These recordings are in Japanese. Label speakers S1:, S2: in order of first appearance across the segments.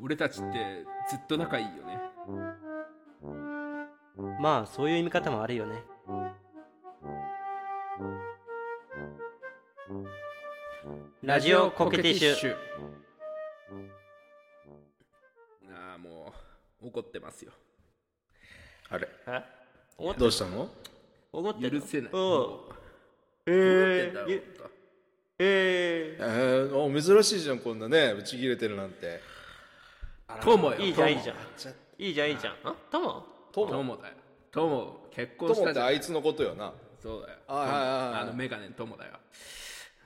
S1: 俺たちってずっと仲いいよね
S2: まあそういう見方もあるよねラジオコケティッシュ
S1: ュああもう怒ってますよ
S3: あれ
S2: え怒って
S3: ど
S2: る
S3: うしたの
S2: 怒ってる
S1: 許せない
S2: おうえ
S1: え
S2: ー、ゆえ
S3: えー、お珍しいじゃんこんなねぶち切れてるなんて
S1: トモよ
S2: ー、いいじゃんいいじゃん
S3: ちゃ
S2: いいじゃんいいじゃんあトモ
S1: トモトモだよトモ結
S3: と
S1: 婚し
S3: 思
S1: た
S3: っ
S1: じ
S3: て
S1: ゃ
S3: あ
S1: ん
S3: いつのことよな
S1: そうだよ
S3: はいはいはいはい
S1: あのメガネのトモだよ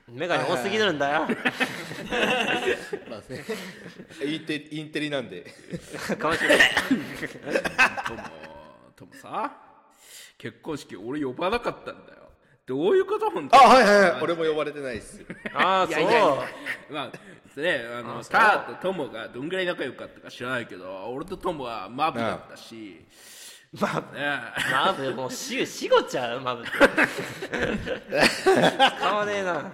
S2: 目が多すぎるんだよ
S3: まあねインテインテリなんで
S2: かもしれない
S1: トモトモさ結婚式俺呼ばなかったんだよどういうこと本当
S3: あ
S1: に
S3: はいはいはい 俺も呼ばれてないっす
S2: ああ
S1: い
S2: そ
S1: やいやいや
S2: う
S1: まあねあのターとトモがどんぐらい仲良かったか知らないけど俺とトモはマブだったし
S2: まあ
S1: ね
S2: マブもうし死後ちゃう マブって使わねえな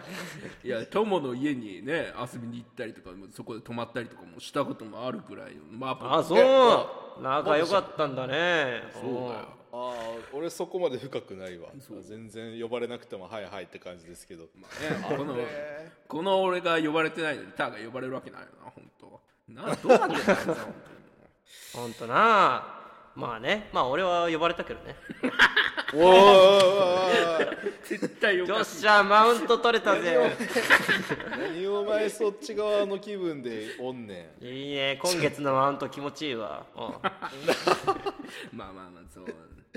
S2: い
S1: や友の家にね遊びに行ったりとかもそこで泊まったりとかもしたこともあるくらいのマブ
S2: あそう仲良かったんだね
S1: そうだよ
S3: ああ俺そこまで深くないわ全然呼ばれなくてもはいはいって感じですけど、
S1: まあねこのこの俺が呼ばれてないのにターが呼ばれるわけないよな本当などうなってんだよあいつは 本
S2: ほんとなまあねまあ俺は呼ばれたけどね
S3: おーおーおーおー
S1: 当に絶対お
S2: よ
S1: か
S2: っ
S1: しい
S2: しゃマウント取れたぜ
S3: 何お前そっち側の気分でおんね
S2: いいね今月のマウント気持ちいいわう
S1: まあまあまあそう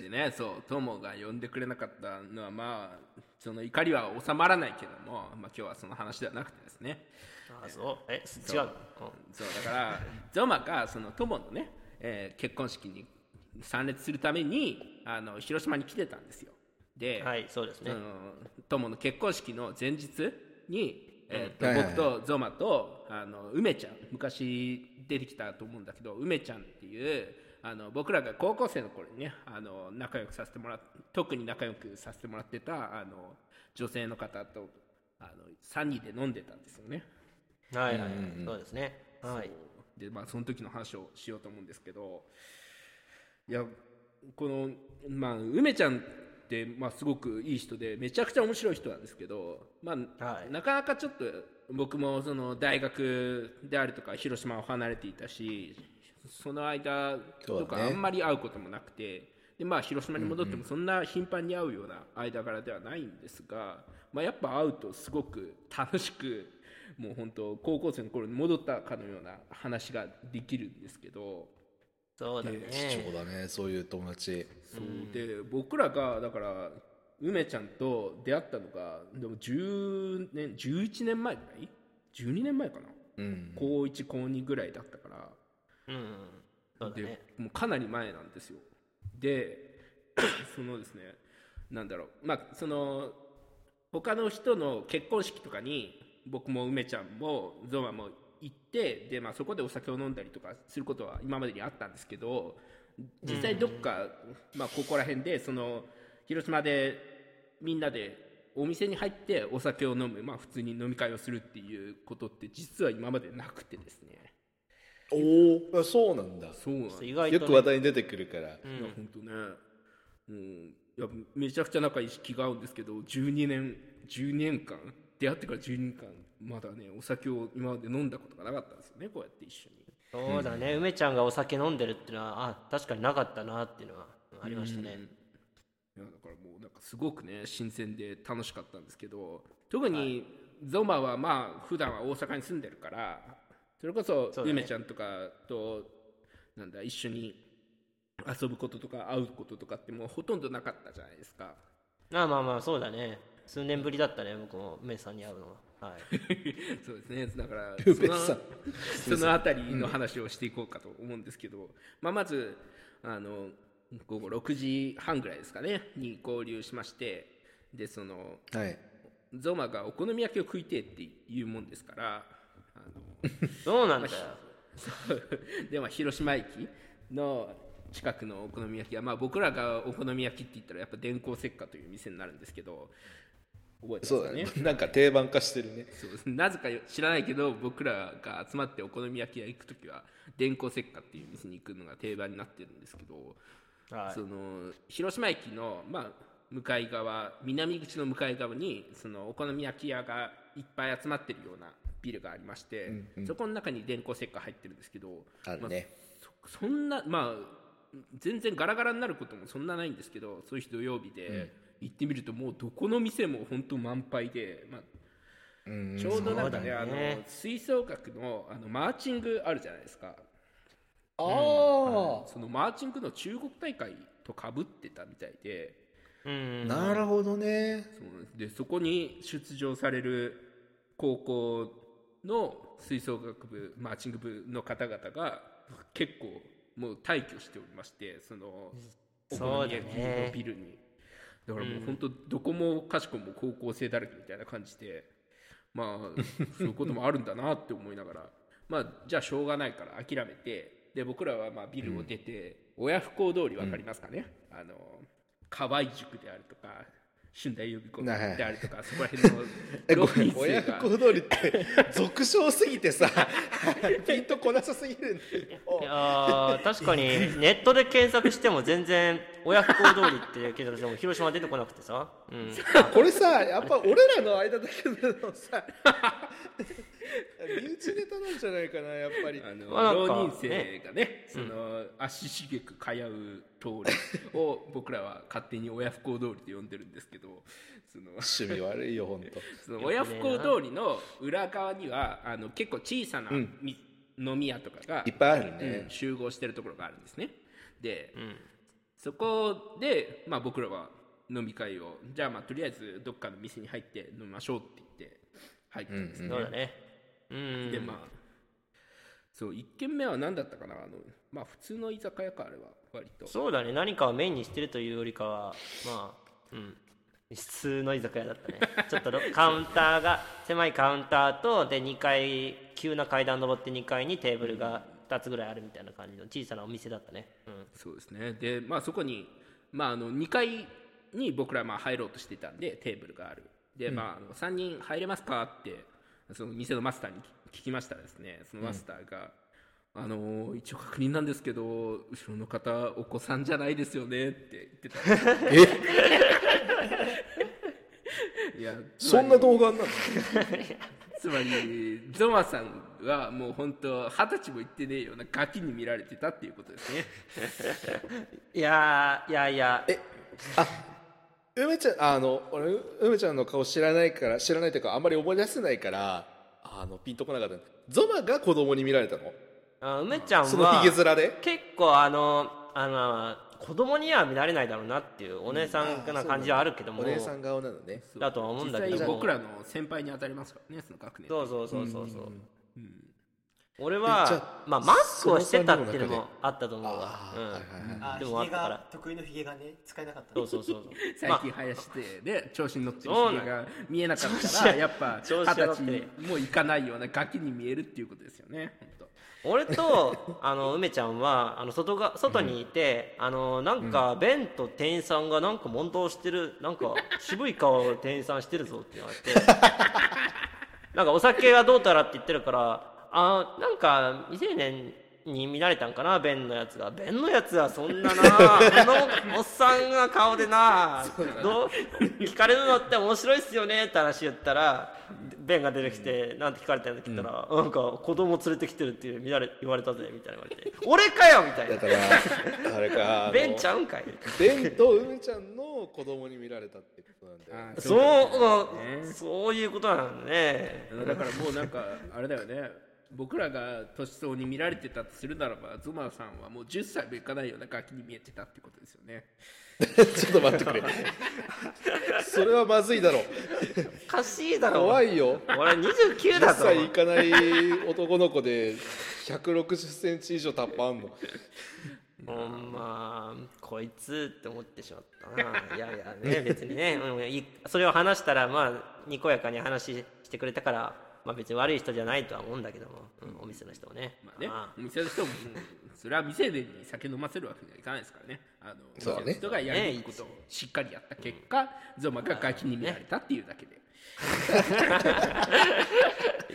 S1: でねそう友が呼んでくれなかったのはまあその怒りは収まらないけども、まあ、今日はその話ではなくてですね
S2: んあそうえ違ううん
S1: そうだから ゾマがその友のね、えー結婚式に参列するためにあの広島に来てたんですよで、
S2: はいそうですね
S1: その友の結婚式の前日に、えーと
S3: はいはいは
S1: 僕
S3: い
S1: とゾマとあの梅ちゃん昔出てきたと思うんだけど梅ちゃんっていうあの僕らが高校生の頃にねあの仲良くさせてもらっ特に仲良くさせてもらってたあの女性の方とあの3人で飲んでたんですよね。
S2: はいはいそうですねはい
S1: でまあその時の話をしようと思うんですけどいやこのまあ梅ちゃんって、まあ、すごくいい人でめちゃくちゃ面白い人なんですけど、まあ
S2: はい
S1: なかなかちょっと僕もその大学であるとか広島を離れていたしその間
S3: そうだ
S1: と
S3: ね
S1: かあんまり会うこともなくて、でまあ、広島に戻ってもそんな頻繁に会うような間柄ではないんですが、まあ、やっぱ会うとすごく楽しくもう本当高校生の頃に戻ったかのような話ができるんですけど。
S2: そうだ
S3: 貴
S2: ね
S3: 重だねそういう友達
S1: そうで僕らがだから梅ちゃんと出会ったのがでも10年11年前ぐらい12年前かな、
S3: うん
S1: 高1高2ぐらいだったから、
S2: うんそうだ
S1: で
S2: ね
S1: もうかなり前なんですよで そのですねなんだろうまあその他の人の結婚式とかに僕も梅ちゃんもゾマも行ってで、まあ、そこでお酒を飲んだりとかすることは今までにあったんですけど実際どっか、まあ、ここら辺でその広島でみんなでお店に入ってお酒を飲む、まあ、普通に飲み会をするっていうことって実は今までなくてですね
S3: おおそうなんだ
S1: そうなんです
S2: 意外
S3: よ
S2: と
S3: く
S2: ね
S3: 話題に出てくるから、
S1: いや本当ね、うん、いやめちゃくちゃ仲いいし気が合うんですけど12年12年間出会ってから12年間まだねお酒を今まで飲んだことがなかったんですよねこうやって一緒に
S2: そうだね梅ちゃんがお酒飲んでるっていうのはあ確かになかったなっていうのはありましたね
S1: いやだからもうなんかすごくね新鮮で楽しかったんですけど特にゾマはまあ普段は大阪に住んでるからそれこそ
S2: そうだね
S1: 梅ちゃんとかとなんだ一緒に遊ぶこととか会うこととかってもうほとんどなかったじゃないですか。
S2: まあまあまあそうだね数年ぶりだったね僕も梅さんに会うのははい
S1: そうですねだから
S3: ルベさん
S1: そのそのあたりの話をしていこうかと思うんですけど、まあ、まずあの午後6時半ぐらいですかねに合流しましてでその
S3: はい
S1: ゾマがお好み焼きを食いてえっていうもんですからあの
S2: そうなんだよ
S1: そうでまあ広島駅の近くのお好み焼き屋、まあ、僕らがお好み焼きって言ったらやっぱ電光石火という店になるんですけど覚えて
S3: そ
S1: ますか
S3: うだね
S1: ね
S3: なんか定番化してるね
S1: そうですなぜか知らないけど僕らが集まってお好み焼き屋行く時は電光石火っていう店に行くのが定番になってるんですけど、
S2: はい
S1: その広島駅の、まあ、向かい側南口の向かい側にそのお好み焼き屋がいっぱい集まってるようなビルがありまして、そこの中に電光石火入ってるんですけど
S3: あるね
S1: まあそそんなまあ全然ガラガラになることもそんなないんですけどそういう日土曜日で行ってみるともうどこの店も本当満杯で、まあ、
S3: うん
S1: ちょうどなんか
S2: そう
S1: ね
S2: だ
S1: あの
S2: ね
S1: 吹奏楽のあのマーチングあるじゃないですか
S3: ああ、
S1: そのマーチングの中国大会とかぶってたみたいで
S2: うん
S3: なるほどね
S1: そうなんですでそこに出場される高校の吹奏楽部マーチング部の方々が結構もう退去しておりましてそのお
S2: そ
S1: 好
S2: う
S1: み
S2: だね
S1: 焼きのビルにだからもう本当どこもかしこも高校生だらけみたいな感じでまあそういうこともあるんだなって思いながら まあじゃあしょうがないから諦めてで僕らはまあビルを出て、親不孝通り分かりますかね、あの河合塾であるとか春大予備校であるとか、そこら辺の
S3: えご
S1: 浪
S3: め
S1: 人
S3: ん
S1: 生
S3: 親不
S1: が
S3: 孝通りって俗称すぎて さピンとこなさすぎるんだけど
S2: いやー確かにネットで検索しても全然親不孝通りって検索しても広島出てこなくてさ、うん、
S3: これさやっぱ俺らの間だけのさ身内ネタなんじゃないかなやっぱり
S1: あの
S2: まあなんか
S1: 浪人生がねその、足しげく通う通りを僕らは勝手に親不孝通りと呼んでるんですけどその
S3: 趣味悪いよ本当。
S1: その親不孝通りの裏側にはあの結構小さなみ、飲み屋とかが
S3: いっぱいあるね、
S1: うん集合してるところがあるんですねで、そこで、まあ、僕らは飲み会をじゃあまあとりあえずどっかの店に入って飲みましょうって言って入ったんですね、
S2: そうだねうん
S1: でまあそう1軒目は何だったかなあのまあ普通の居酒屋かあれは割と
S2: そうだね何かをメインにしてるというよりかはまあうん普通の居酒屋だったねちょっとろカウンターが狭いカウンターとで2階急な階段登って2階にテーブルが2つぐらいあるみたいな感じの小さなお店だったね、うん、
S1: そうですねでまあそこに、まあ、あの2階に僕らまあ入ろうとしてたんでテーブルがあるで、まああの3人入れますかってその店のマスターに聞聞きましたらですねそのマスターが、あのー一応確認なんですけど後ろの方お子さんじゃないですよねって言ってたいや
S3: そんな動画になる
S1: つまりゾマさんはもう本当二十歳も行ってねえようなガキに見られてたっていうことですね
S2: いやーいやいや
S3: えあ梅ちゃんあの俺梅ちゃんの顔知らないから知らないというかあんまり思い出せないからあのピンとこなかったゾマが子供に見られたの
S2: あ梅ちゃん
S3: その
S2: は
S3: ひげ面で
S2: 結構あのあの子供には見られないだろうなっていうお姉さんな感じはあるけども、
S3: お姉さん顔なのね
S2: だとは思うんだけど
S1: 実際
S2: も
S1: 僕らの先輩に当たりますからねその学年
S2: そうそうそうそうそう、
S1: ん
S2: 俺
S3: えじゃ
S2: は
S3: あ
S2: まあマスクをしてたっていうのもあったと思うわ
S3: あ、
S2: う
S3: ー
S2: ん
S3: はいはいはい
S4: あ
S2: で
S4: ー
S2: もあ
S4: ヒ
S2: っ
S4: ゲ
S2: たか
S4: が
S2: ら
S4: 得意のヒゲがね使えなかった
S2: そ
S4: の
S2: うそうそうそう
S1: 最近生やしてで調子に乗ってる
S2: そう
S1: 人
S2: なの
S1: が見えなかっ
S2: 調
S1: た
S2: 子
S1: ら
S2: は
S1: やっぱ
S2: 調
S1: 二
S2: 子は
S1: 十
S2: 乗っ
S1: 歳
S2: て
S1: にもう行かないようなガキに見えるっていうことですよね本当
S2: 俺とあの梅ちゃんはあの外が外にいて、あのなんか弁と店員さんがなんか問答してるなんか渋い顔を店員さんしてるぞって言われてなんかお酒がどうたらって言ってるからあなんか未成年に見られたんかな弁のやつが弁のやつはそんななあのおっさんが顔でなどう聞かれるのって面白いっすよねって話言ったら弁が出てきて、なんて聞かれたんだって言ったら、なんか子供連れてきてるっていう見られ言われたぜみたいな言われて「俺かよ!」みたい
S3: だ
S2: な
S3: からあれかあ
S2: 「
S3: の
S2: 弁ちゃうんかい」
S3: ベンと梅ちゃんの子供に見られたってことなんだよ
S1: あー
S2: そう
S1: ね
S2: うんそういうことなんだね
S1: だからもうなんかあれだよね僕らが年相に見られてたとするならばゾマさんはもう10歳もいかないようなガキに見えてたってことですよね
S3: ちょっと待ってくれそれはまずいだろ
S2: おかしいだろ
S3: 怖いよ
S2: 俺29だ
S3: 10
S2: ぞ
S3: 歳いかない男の子で1 6 0ンチ以上タッパあんの
S2: ほんまこいつって思ってしまった ないやいやね別にね、うん、いいそれを話したらまあにこやかに話してくれたからまあ、別に悪い人じゃないとは思うんだけども、うんお店の人もね。
S1: まあね、お店の人ももうそれは店でに酒飲ませるわけにはいかないですからねあの
S3: そうだね
S1: お店の人がやるべきことをしっかりやった結果、ゾマがガキに見られたっていうだけで、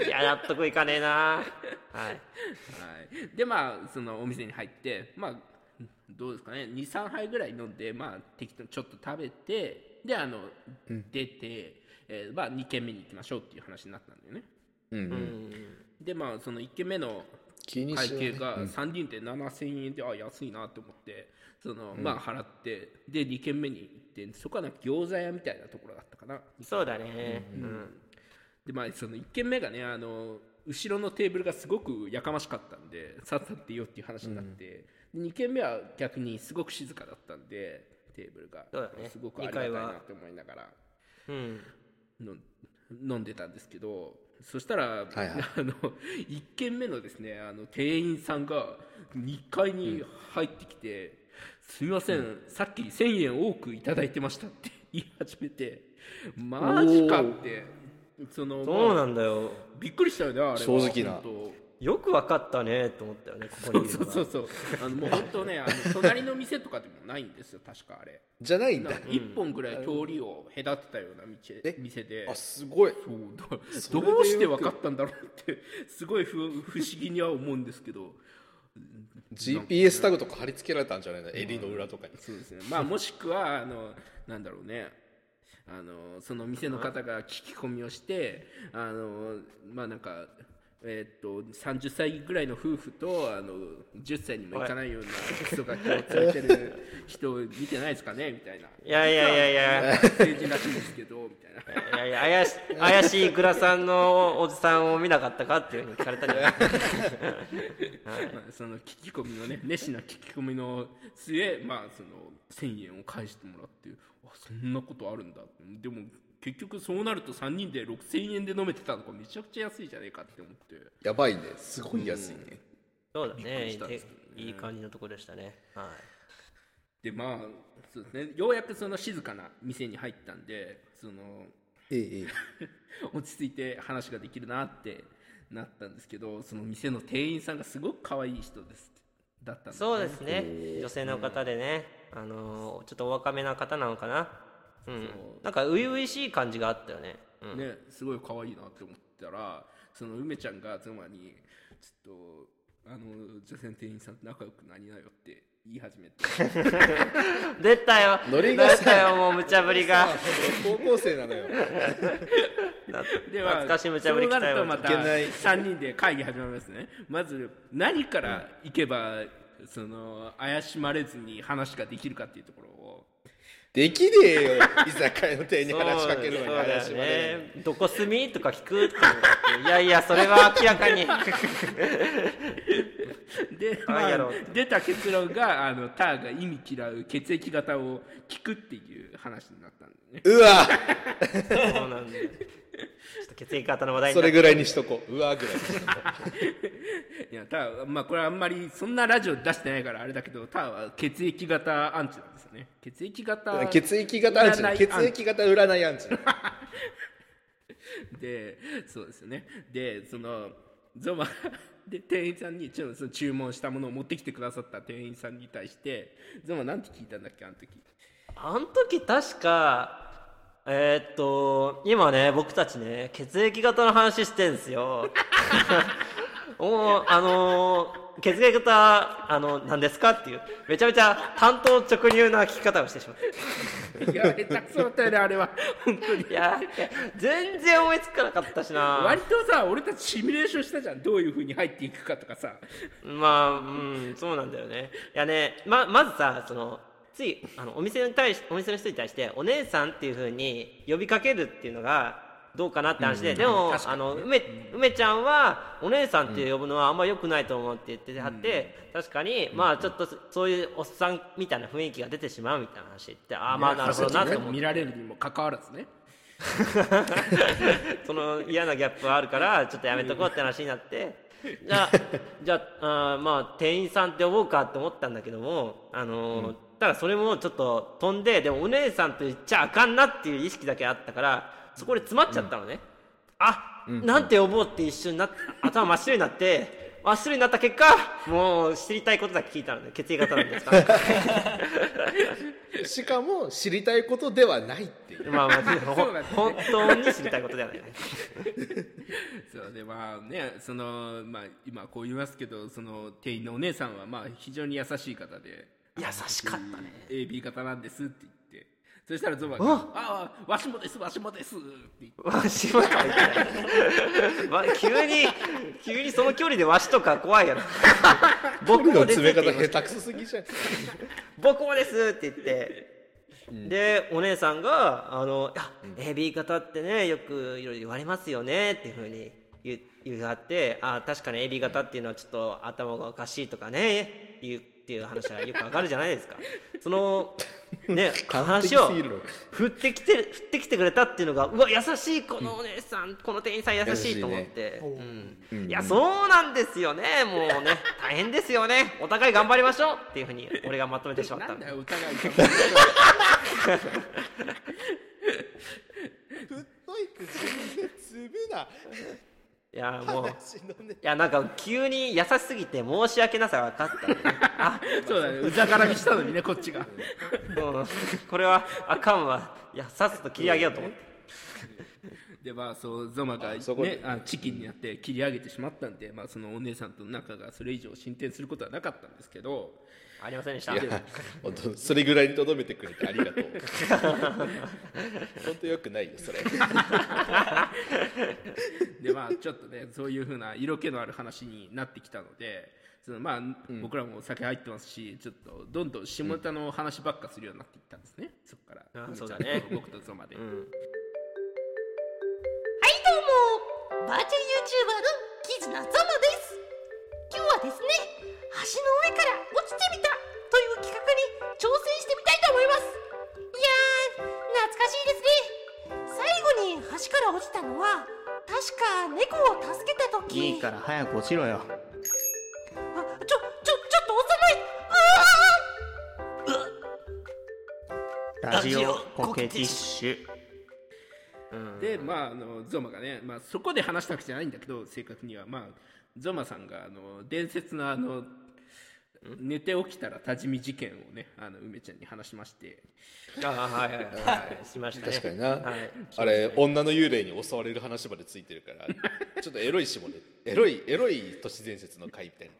S2: いや、納得いかねえな。は
S1: は
S2: い。
S1: い、でまあそのお店に入ってまあどうですかね23杯ぐらい飲んでまあ適当にちょっと食べてであの、出て、えーまあ、2軒目に行きましょうっていう話になったんだよね
S3: うんう
S2: うんん。
S1: でまあその1軒目の
S3: 気に
S1: 会
S3: しない
S1: 計が3人で7000円であ安いなと思ってその、まあ払ってで2軒目に行ってそこはなんか餃子屋みたいなところだったかな
S2: そうだね。うん。
S1: でまあその1軒目がねあの後ろのテーブルがすごくやかましかったんでさっさってよっていう話になって、2軒目は逆にすごく静かだったんでテーブルが
S2: そうだね
S1: すごくありがたいなって思いながら
S2: うん。
S1: の飲んでたんですけどそしたら、
S3: はいはい
S1: あの1軒目のですねあの店員さんが2階に入ってきて「すみません、さっき1000円多くいただいてました」って言い始めて「マジか」ってその
S2: そう
S1: ま
S2: な
S1: あ
S2: んだよ。
S1: びっくりしたよねあれは
S3: 正直な
S1: 本当
S2: よくわかったねと思ったよね、ここ
S1: そう
S2: にいる
S1: そ
S2: の
S1: う
S2: が
S1: そうそうあのもう本当ねあの隣の店とかでもないんですよ確かあれ
S3: じゃないん
S1: な
S3: だ
S1: んか1本ぐらい通りを隔てたような道
S3: え
S1: 店で
S3: あすごいそ
S1: そう
S3: れ
S1: だ
S3: で
S1: どうして分かったんだろうってすごい不不思議には思うんですけど
S3: GPS タグとか貼り付けられたんじゃないの襟の裏とかに
S1: そうですね まあもしくはあのなんだろうねあのその店の方が聞き込みをしてあのまあなんかえーっと30歳ぐらいの夫婦とあの10歳にもいかないような人が気をついてる人を見てないですかねみたいな。
S2: いやいやいやい や。
S1: 成人らしいんですけどみたいな。
S2: いやいや怪し怪しいグラさんのおじさんを見なかったかっていうふうに聞かれたんじゃない
S1: まあその聞き込みの ね熱心な聞き込みの末、まあ、その1000円を返してもらってあそんなことあるんだでも結局そうなると3人で6000円で飲めてたのがめちゃくちゃ安いじゃねえかって思って
S3: やばいねすごい安いね、
S2: そうだ
S1: くり
S2: ね
S1: したんですけ
S2: ていい感じのところでしたね、はい、
S1: でまあそうです、ね、ようやくその静かな店に入ったんでその
S3: ええええ
S1: 落ち着いて話ができるなってなったんですけどその店の店員さんがすごく可愛い人ですだったんですね
S2: そうですね女性の方でね、あのーちょっとお若めな方なのかなうんなんか初々しい感じがあったよね、うん、
S1: ね、すごい可愛いなって思ったらその梅ちゃんが妻に「ちょっとあの女性の店員さんと仲良くなりなよ」って言い始 めて
S2: 出たよ
S3: ノリがさ
S2: 出たよもう無茶ぶりが
S3: 高校生なのよ
S1: で
S2: 懐かしい無茶ぶり
S1: そうな
S2: 来た
S1: る
S2: よ
S1: とまた
S3: いけない
S1: 3人で会議始まりますねまず何から行けば、その怪しまれずに話ができるかっていうところを
S3: できねえよ居酒屋の店員に話しかけるのに
S2: そうだよ
S3: 話しまれる
S2: ねどこ住みとか聞くっていうのがあっていやいやそれは明らかに
S1: で、
S2: あ
S1: ま
S2: や
S1: あ
S2: ろう、
S1: 出た結論があのターが意味嫌う血液型を聞くっていう話になったんだよね
S3: うわ
S2: そうなんだよちょっと血液型の話題に
S3: そ
S2: なっ
S3: れぐらいにしとこううわぐらいにしとこ
S1: いやターはまあこれあんまりそんなラジオ出してないからあれだけどターは血液型アンチなんですよね血液型
S3: う血液型アンチ
S1: 占い
S3: ね血液型占いアンチね
S1: でそうですよねでそのゾマ で店員さんにちょっとその注文したものを持ってきてくださった店員さんに対してゾマなんて聞いたんだっけあの時
S2: あの時確か、えーっと、今ね、僕たちね、血液型の話してんすよ。 もう、あのー血液型、あの、何ですかっていう、めちゃめちゃ単刀直入な聞き方をしてしまった。
S1: いやめちゃくちゃだったよねあれ は本当に
S2: いや、いや全然思いつかなかったしな
S1: 割。とさ俺たちシミュレーションしたじゃんどういう風に入っていくかとかさ
S2: まあ、うん、そうなんだよね。いやね、ま、まずさ、その、つい、あの、お店に対し、お店の人に対して、お姉さんっていう風に呼びかけるっていうのが、どうかなって話で、でも、
S1: 確か
S2: あ
S1: にね
S2: の、梅、梅ちゃんは、お姉さんって呼ぶのはあんま良くないと思うって言ってはって、確かに、まあ、ちょっと、そういうおっさんみたいな雰囲気が出てしまうみたいな話って、ああ、まあ、なるほどなって思っ
S1: 見
S2: て、
S1: られるにもかかわらずね
S2: その嫌なギャップはあるから、ちょっとやめとこうって話になって、じ ゃあ、じゃあ、あーまあ、店員さんって呼ぼうかって思ったんだけども、あのーただそれもちょっと飛んで、でもお姉さんと言っちゃあかんなっていう意識だけあったから、そこで詰まっちゃったのね。あ、なんて呼ぼうって一緒になっ頭真っ白になって真っ白になった結果もう知りたいことだけ聞いたので血液型なんです か
S3: しかも知りたいことではないっていう
S2: まあまあほ
S1: そうだね
S2: 本当に知りたいことではないね
S1: そうでまあねそのまあ今こう言いますけどその店員のお姉さんはまあ非常に優しい方で
S2: 優しかったね
S1: AB 型なんですって言ってそしたらゾマが
S2: あ
S1: 「ああわしもですわしもです」って言って
S2: わしはかいわ急に急にその距離でわしとか怖いやろ僕
S3: 僕の
S2: もです
S3: 詰め
S2: って
S3: 方
S2: 言いました
S3: 下手くそすぎじゃん
S2: 僕もですって言って、でお姉さんが「あのいや AB 型ってねよくいろいろ言われますよね」っていうふうに言う言わって「あ確かに AB 型っていうのはちょっと頭がおかしいとかね言う」っていう話はよくわかるじゃない ですかそのね話を
S3: 完璧すぎるの
S2: 振ってきてる振ってきてくれたっていうのがうわ優しいこのお姉さん、この店員さん優しいと思って、うんいやそうなんですよねもうね 大変ですよねお互い頑張りましょうっていうふうに俺がまとめてしまっ
S1: な
S2: た
S1: ん
S2: ん
S1: だ
S2: だ
S1: よお互い頑張って
S3: 太いく自分で積むない
S2: やもうい
S3: 話のね
S2: やなんか急に優しすぎて申し訳なさが分かったね、あ
S1: そうだねうざがらみしたのにねこっ ちが
S2: もうこれはあかんわいやさっさと切り上げようと思って
S1: でまあそうゾマが、
S3: あそこで
S1: ね、あチキンになって切り上げてしまったんで、まあ、そのお姉さんと仲がそれ以上進展することはなかったんですけど
S2: ありませんでした
S3: いや本当それぐらいにとどめてくれてありが とう本当よくないよそれ
S1: でまあちょっとねそういうふうな色気のある話になってきたのでそのまあ、僕らもお酒入ってますしちょっとどんどん下ネタの話ばっかするようになっていったんですね、そこから
S2: あ
S1: 梅ちゃん
S2: そうだね
S1: と僕とゾマで、
S4: はいどうもバーチャル YouTuber のキズナザマです今日はですね橋の上から落ちてみたという企画に挑戦してみたいと思いますいやー懐かしいですね最後に橋から落ちたのは確か猫を助けた時
S5: いいから早く落ちろよ
S4: あちょちょちょっとおさまいうわーうわ
S5: ラジオコケティッシュ
S1: でまああのゾマがね、まあ、そこで話したわけじゃないんだけど正確にはまあゾマさんがあの伝説のあの寝て起きたら多治見事件をねあの梅ちゃんに話しまして
S2: あはいはいはいしましたね
S3: 確かにな、
S2: はい
S3: あれ女の幽霊に襲われる話までついてるからちょっとエロいしもねエロいエロい都市伝説の回みたいな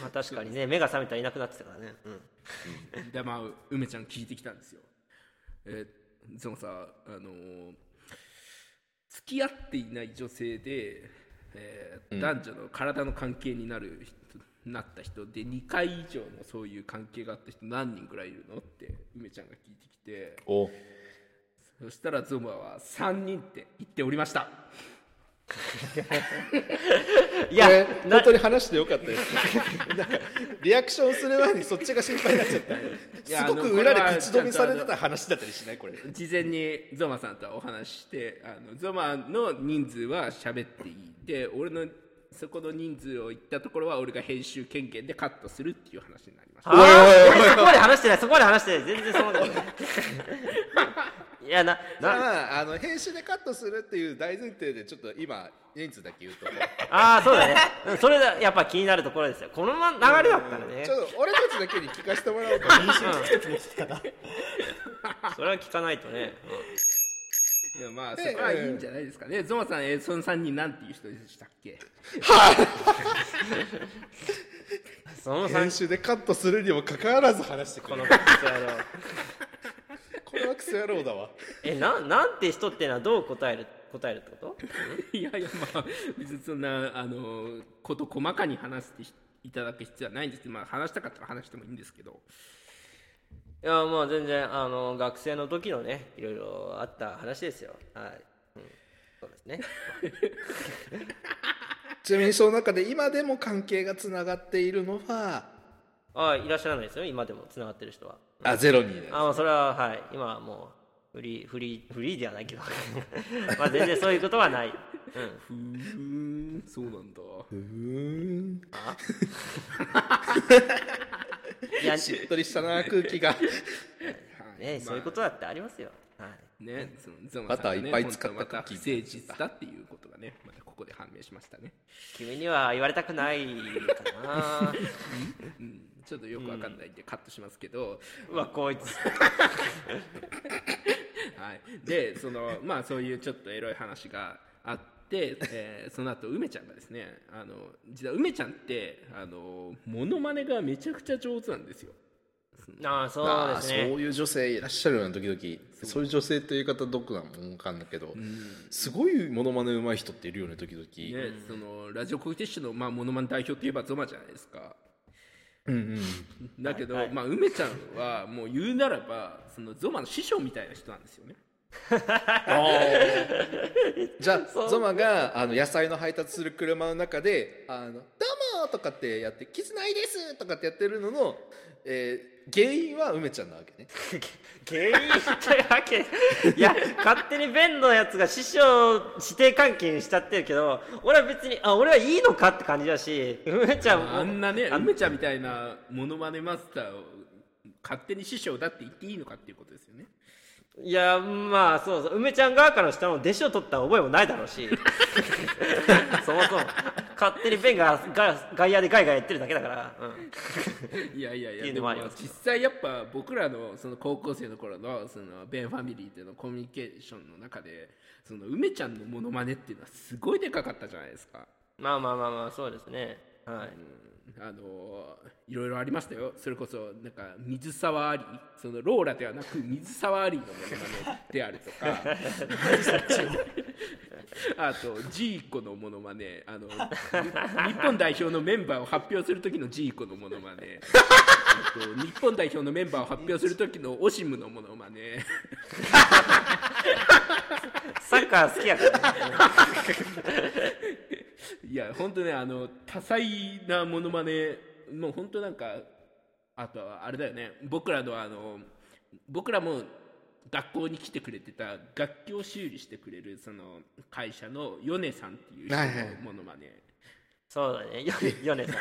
S2: まあ、確かにね目が覚めたらいなくなってたからね、うん
S1: でまあ梅ちゃん聞いてきたんですよえーゾマさんあのー付き合っていない女性で、えー男女の体の関係になる人なった人で2回以上のそういう関係があった人何人ぐらいいるのって梅ちゃんが聞いてきて
S3: お
S1: そしたらゾマは3人って言っておりました
S2: い
S3: いや、
S2: や、な
S3: 本当に話してよかったですなんかリアクションする前にそっちが心配になっちゃった
S1: や
S3: すご
S1: あ
S3: く
S1: の
S3: 裏
S1: これは
S3: で口止めされてた話だったりしないこれ
S1: 事前にゾマさんとはお話ししてあのゾマの人数は喋っていいで俺のそこの人数を言ったところは俺が編集権限でカットするっていう話になりました
S2: あー俺そこまで話してない、そこまで話してない、全然そのない。 いや、な、な、
S3: まああの編集でカットするっていう大前提でちょっと今人数だけ言うと
S2: ああ、そうだね。うんそれだ、やっぱ気になるところですよ。このまま流れだったらね
S3: ち、ょっと俺たちだけに聞かせてもらおう かな
S2: それは聞かないとね。
S1: いやまあそこはいいんじゃないですかね、ゾマさんえーその3人なんていう人でしたっけ
S2: うんその三
S3: 編集でカットするにもかかわらず話してく
S2: こ
S3: れ
S2: の
S3: る
S2: クソ野郎。
S3: これはクソ野郎だわ
S2: え、な、なんて人っていうのはどう答える、答えるってこと
S1: いやいやまあ別にそんなあのこと細かに話していただく必要はないんですけど、まあ、話したかったら話してもいいんですけど
S2: いや、まあ全然、あの、学生の時のね、いろいろあった話ですよ。はい。うんそうですね。
S3: ちなみにその中で今でも関係がつながっているのは
S2: ああ、いらっしゃらないですよ、今でも、繋がってる人は。
S3: あゼロに
S2: あまあそれははい今はもうフリーフリーフリーではないけど まあ全然そういうことはない、う
S1: ふーんそうなんだ
S3: うん
S2: ん、 いや、ね
S3: しっとりしたな空気 が
S1: まあ
S2: そういうことだってありますよ、はい、
S1: ね、そのゾマ
S3: バタ
S1: さんがね
S3: ーいっぱい使った
S1: 本当また
S3: ク
S1: 不
S3: ッキー
S1: 誠実だっていうことがねまたここで判明しましたね、
S2: 君には言われたくない かな
S1: うん、ちょっとよくわかんないんでカットしますけど、
S2: うわこいつ
S1: はい、でそのまあそういうちょっとエロい話があって、えーその後梅ちゃんがですねあの実は梅ちゃんってあのモノマネがめちゃくちゃ上手なんですよ
S2: ああそう
S3: あ
S2: で
S3: あ
S2: す
S3: そ
S2: ね
S3: ういう女性いらっしゃるような時々そういう女性っていう言い方どこなのか分かんないけど、すごいモノマネ上手い人っているよね時々、
S1: ね、そのラジオコギティッシュの、まあ、モノマネ代表といえばゾマじゃないですか。 だけど、
S2: はいはい
S1: まあ、梅ちゃんはもう言うならばそのゾマの師匠みたいな人なんですよね。
S3: じゃあゾマがあの野菜の配達する車の中で「あのどうも!」とかってやって「キズないです!」とかってやってるのの、えー原因は梅ちゃんなわけね
S2: 原因ってわけ いや勝手にベンのやつが師匠師弟関係にしちゃってるけど俺は別にあ俺はいいのかって感じだし梅ちゃんも
S1: あんなね梅ちゃんみたいなモノマネマスターを勝手に師匠だって言っていいのかっていうことですよね。
S2: いやまあそうそう梅ちゃん側からしたら弟子を取った覚えもないだろうしそもそも勝手にベンがが外野でガイガイやってるだけだから、うん
S1: いやいやいや
S2: っていう
S1: で
S2: のも
S1: も
S2: あります
S1: 実際やっぱ僕らのその高校生の頃のそのベンファミリーでのコミュニケーションの中でその梅ちゃんのモノマネっていうのはすごいでかかったじゃないですか。
S2: まあまあまあまあそうですねはい
S1: あのいろいろありましたよそれこそなんか水沢ありそのローラではなく水沢ありのものまねであるとか あとジーコのものまねあの日本代表のメンバーを発表する時のジーコのものまねあと日本代表のメンバーを発表する時のオシムのものまね
S2: サッカー好きやから、ね、
S1: いや本当ねあの多彩なものまねもう本当なんかあとはあれだよね僕らのあの僕らも学校に来てくれてた楽器を修理してくれるその会社のヨネさんっていう人
S3: はいはい
S1: のものまね
S2: そうだねよヨネさんね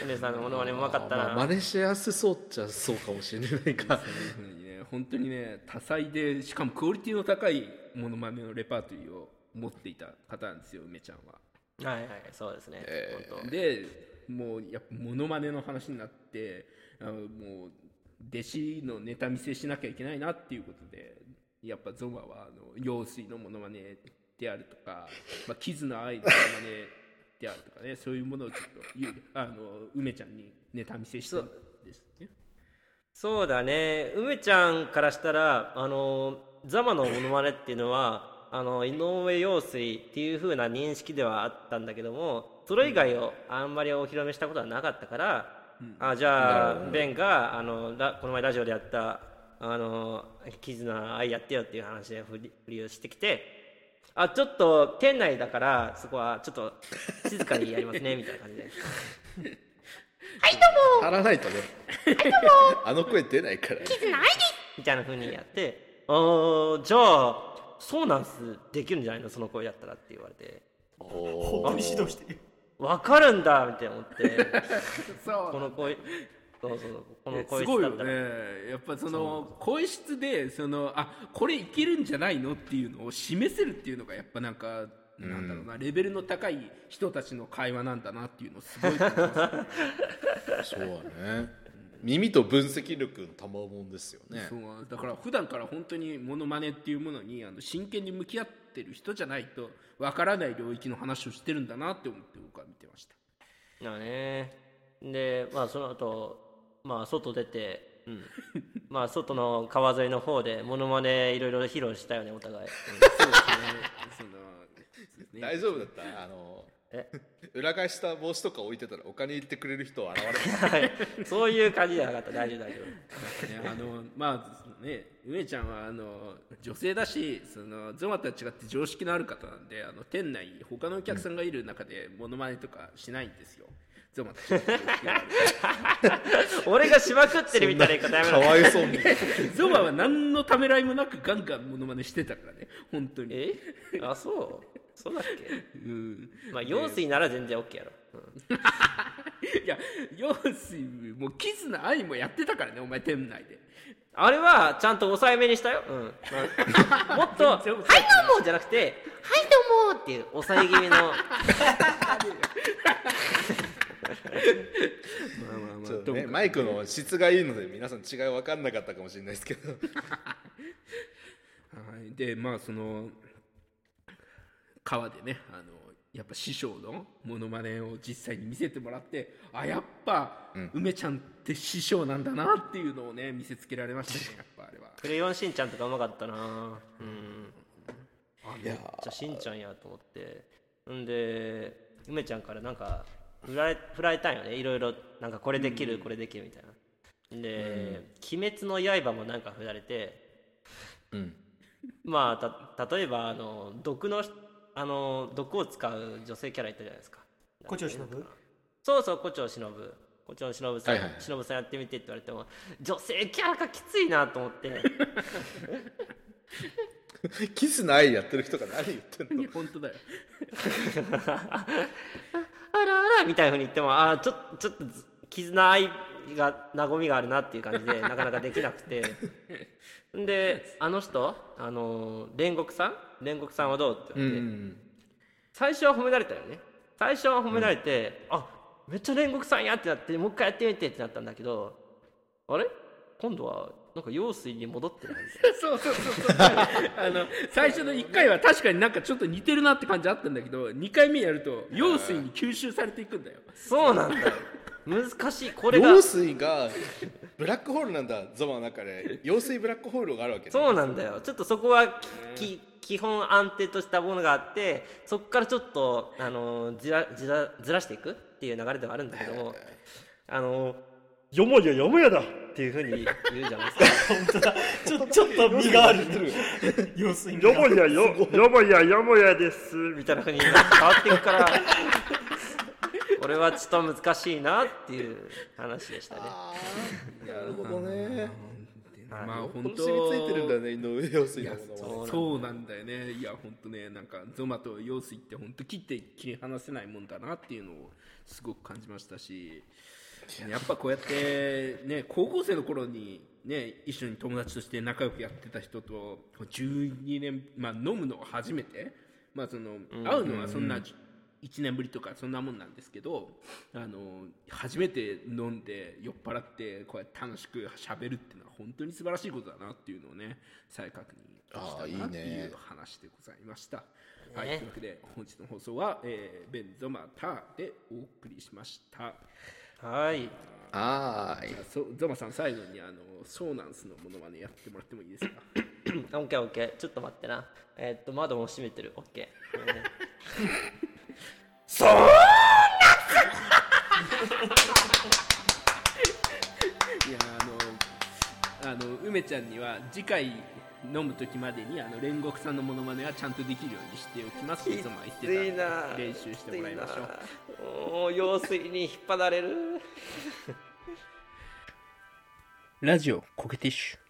S2: ヨネさんのものまねうまかったな、
S3: まあ、真似しやすそうっちゃそうかもしれないか
S1: 本当にね多彩でしかもクオリティの高いものまねのレパートリーを持っていた方なんですよ梅ちゃんは。
S2: はいはいそうですね、本
S1: でもうやっぱモノマネの話になってあのもう弟子のネタ見せしなきゃいけないなっていうことでやっぱゾマはあの用水のモノマネであるとか、まあ、キズの愛のモノマネであるとかねそういうものをちょっとゆあの梅ちゃんにネタ見せしたんですね。
S2: そうだね梅ちゃんからしたらあのザマのモノマネっていうのはあの井上陽水っていう風な認識ではあったんだけどもそれ以外をあんまりお披露目したことはなかったから、あじゃあベンがあのラこの前ラジオでやった「あのキズナ愛やってよ」っていう話で振り振りをしてきて。あちょっと店内だからそこはちょっと静かにやりますねみたいな感じで
S4: はいどうも
S3: 足らないとねあの声出ないから
S4: キズナアイです
S2: みたいな風にやって、あーじゃあ、そうなんす、できるんじゃないの、その声やったらって言われて、
S5: 法に指導してる
S2: わかるんだみたいな 思って、
S1: そう
S2: この声、そうそう、この声
S1: すごいよねやっぱその声質でそのあこれいけるんじゃないのっていうのを示せるっていうのがやっぱなんか、なんだろうなレベルの高い人たちの会話なんだなっていうのをすごい感じますね
S3: そうだね耳と分析力の賜物ですよね
S1: そうだから普段から本当にモノマネっていうものにあの真剣に向き合ってる人じゃないとわからない領域の話をしてるんだなって思って僕は見てました
S2: だね。で、まあ、その後、まあ、外出て、うん、まあ、外の川沿いの方で、モノマネいろいろ披露したよね、お互い。
S1: そうですねそのそうですね
S3: 大丈夫だったあの
S2: え
S3: 裏返した帽子とか置いてたらお金入れてくれる人は現れない
S2: はい、そういう感じじゃなかった、大丈夫、大丈夫。
S1: ね、あのまあね梅ちゃんはあの女性だしそのゾマとは違って常識のある方なんであの店内他のお客さんがいる中でモノマネとかしないんですよ、ゾマと違って
S2: 俺がしまくってるみたいな言い方やめ
S3: か
S2: ろ。
S3: わいそうに
S1: ゾマは何のためらいもなくガンガンモノマネしてたからね本当に
S2: えあ、そうそうだっ
S1: う
S2: け
S1: ん
S2: まあ、用水なら全然 OK やろ。
S1: いや陽水もキズナ愛もやってたからねお前店内で
S2: あれはちゃんと抑えめにしたよ。うん。まあもっと、はい、どうもじゃなくて、はいどうも」っていう抑え気味の
S1: まあまあまあ
S3: ちょっ
S1: とも
S3: とね
S1: かく
S3: マイクの質がいいので皆さん違い分かんなかったかもしれないですけど
S1: は い、でまあその川でねあのやっぱ師匠のモノマネを実際に見せてもらってあやっぱ、
S3: うん
S1: 梅ちゃんって師匠なんだなっていうのをね見せつけられましたね やっぱあれは
S2: クレヨンしんちゃんとかうまかったなうん
S3: いや
S2: めっちゃしんちゃんやと思ってんで梅ちゃんからなんか振られ振られたんよねいろいろなんかこれできる、これできるみたいなで「鬼滅の刃」もなんか振られて
S3: うん
S2: まあた例えばあの毒のあの毒を使う女性キャラいたじゃないですか
S5: 胡蝶忍
S2: そうそう胡蝶忍胡蝶忍さん、
S3: はいはいはい
S2: 忍さんやってみてって言われても女性キャラがきついなと思って
S3: キスの愛やってる人が何言ってんの
S1: いや本当 だよ
S2: あらあらみたいなふうに言ってもああちょちょっとず絆愛が和みがあるなっていう感じ でなかなかできなくてであの人あのー煉獄さん煉獄さんはどうって言われて、最初は褒められたよね最初は褒められて、あめっちゃ煉獄さんやってなってもう一回やってみてってなったんだけどあれ今度はなんか用水に戻ってないみたいな
S1: そうそうそうそう あの最初の1回は確かになんかちょっと似てるなって感じあったんだけど2回目やると用水に吸収されていくんだよ
S2: そうなんだよ難しいこれが
S3: 用水がブラックホールなんだゾマの中で用水ブラックホールがあるわけね
S2: そうなんだよちょっとそこはきき基本安定としたものがあってそこからちょっと、あのーずらずらずらしていくっていう流れではあるんだけどもあのーよもやよもやだっていうふうに言うじゃないですか
S5: 本当だちょちょっと身がある様子に
S2: やよよもやよもやですみたいなふうに変わっていくから俺はちょっと難しいなっていう話でしたね
S3: あーなるほどね
S1: まあ本
S3: 本当
S1: 当
S3: 染みついてるんだね井上陽水
S1: い
S3: の
S1: や
S3: ものは
S1: そうそうなんだよねいや本当ねなんかゾマと陽水って本当切って切り離せないもんだなっていうのをすごく感じましたしやっぱこうやってね高校生の頃にね一緒に友達として仲良くやってた人と12年、まあ、飲むのは初めて、まあ、その会うのはそんな1年ぶりとかそんなもんなんですけどあの初めて飲んで酔っ払ってこうやって楽しくしゃべるっていうのは本当に素晴らしいことだなっていうのをね再確認したなって
S3: あーいい
S1: い
S3: ね
S1: う話でございました。
S2: ね
S1: はい、というわけで本日の放送は、えーベンゾマターでお送りしました。
S2: はい
S3: あーい
S1: そうゾマさん最後にあのソーナンスのものまねやってもらってもいいですか
S2: オッケーオッケーちょっと待ってなえーっと窓も閉めてるオッケー、えー
S1: いやあのあの梅ちゃんには次回飲む時までにあの煉獄さんのものまねはちゃんとできるようにしておきますってゾマは言ってたんで練習してもらいましょう
S2: もう用水に引っ張られる
S1: ラジオコケティッシュ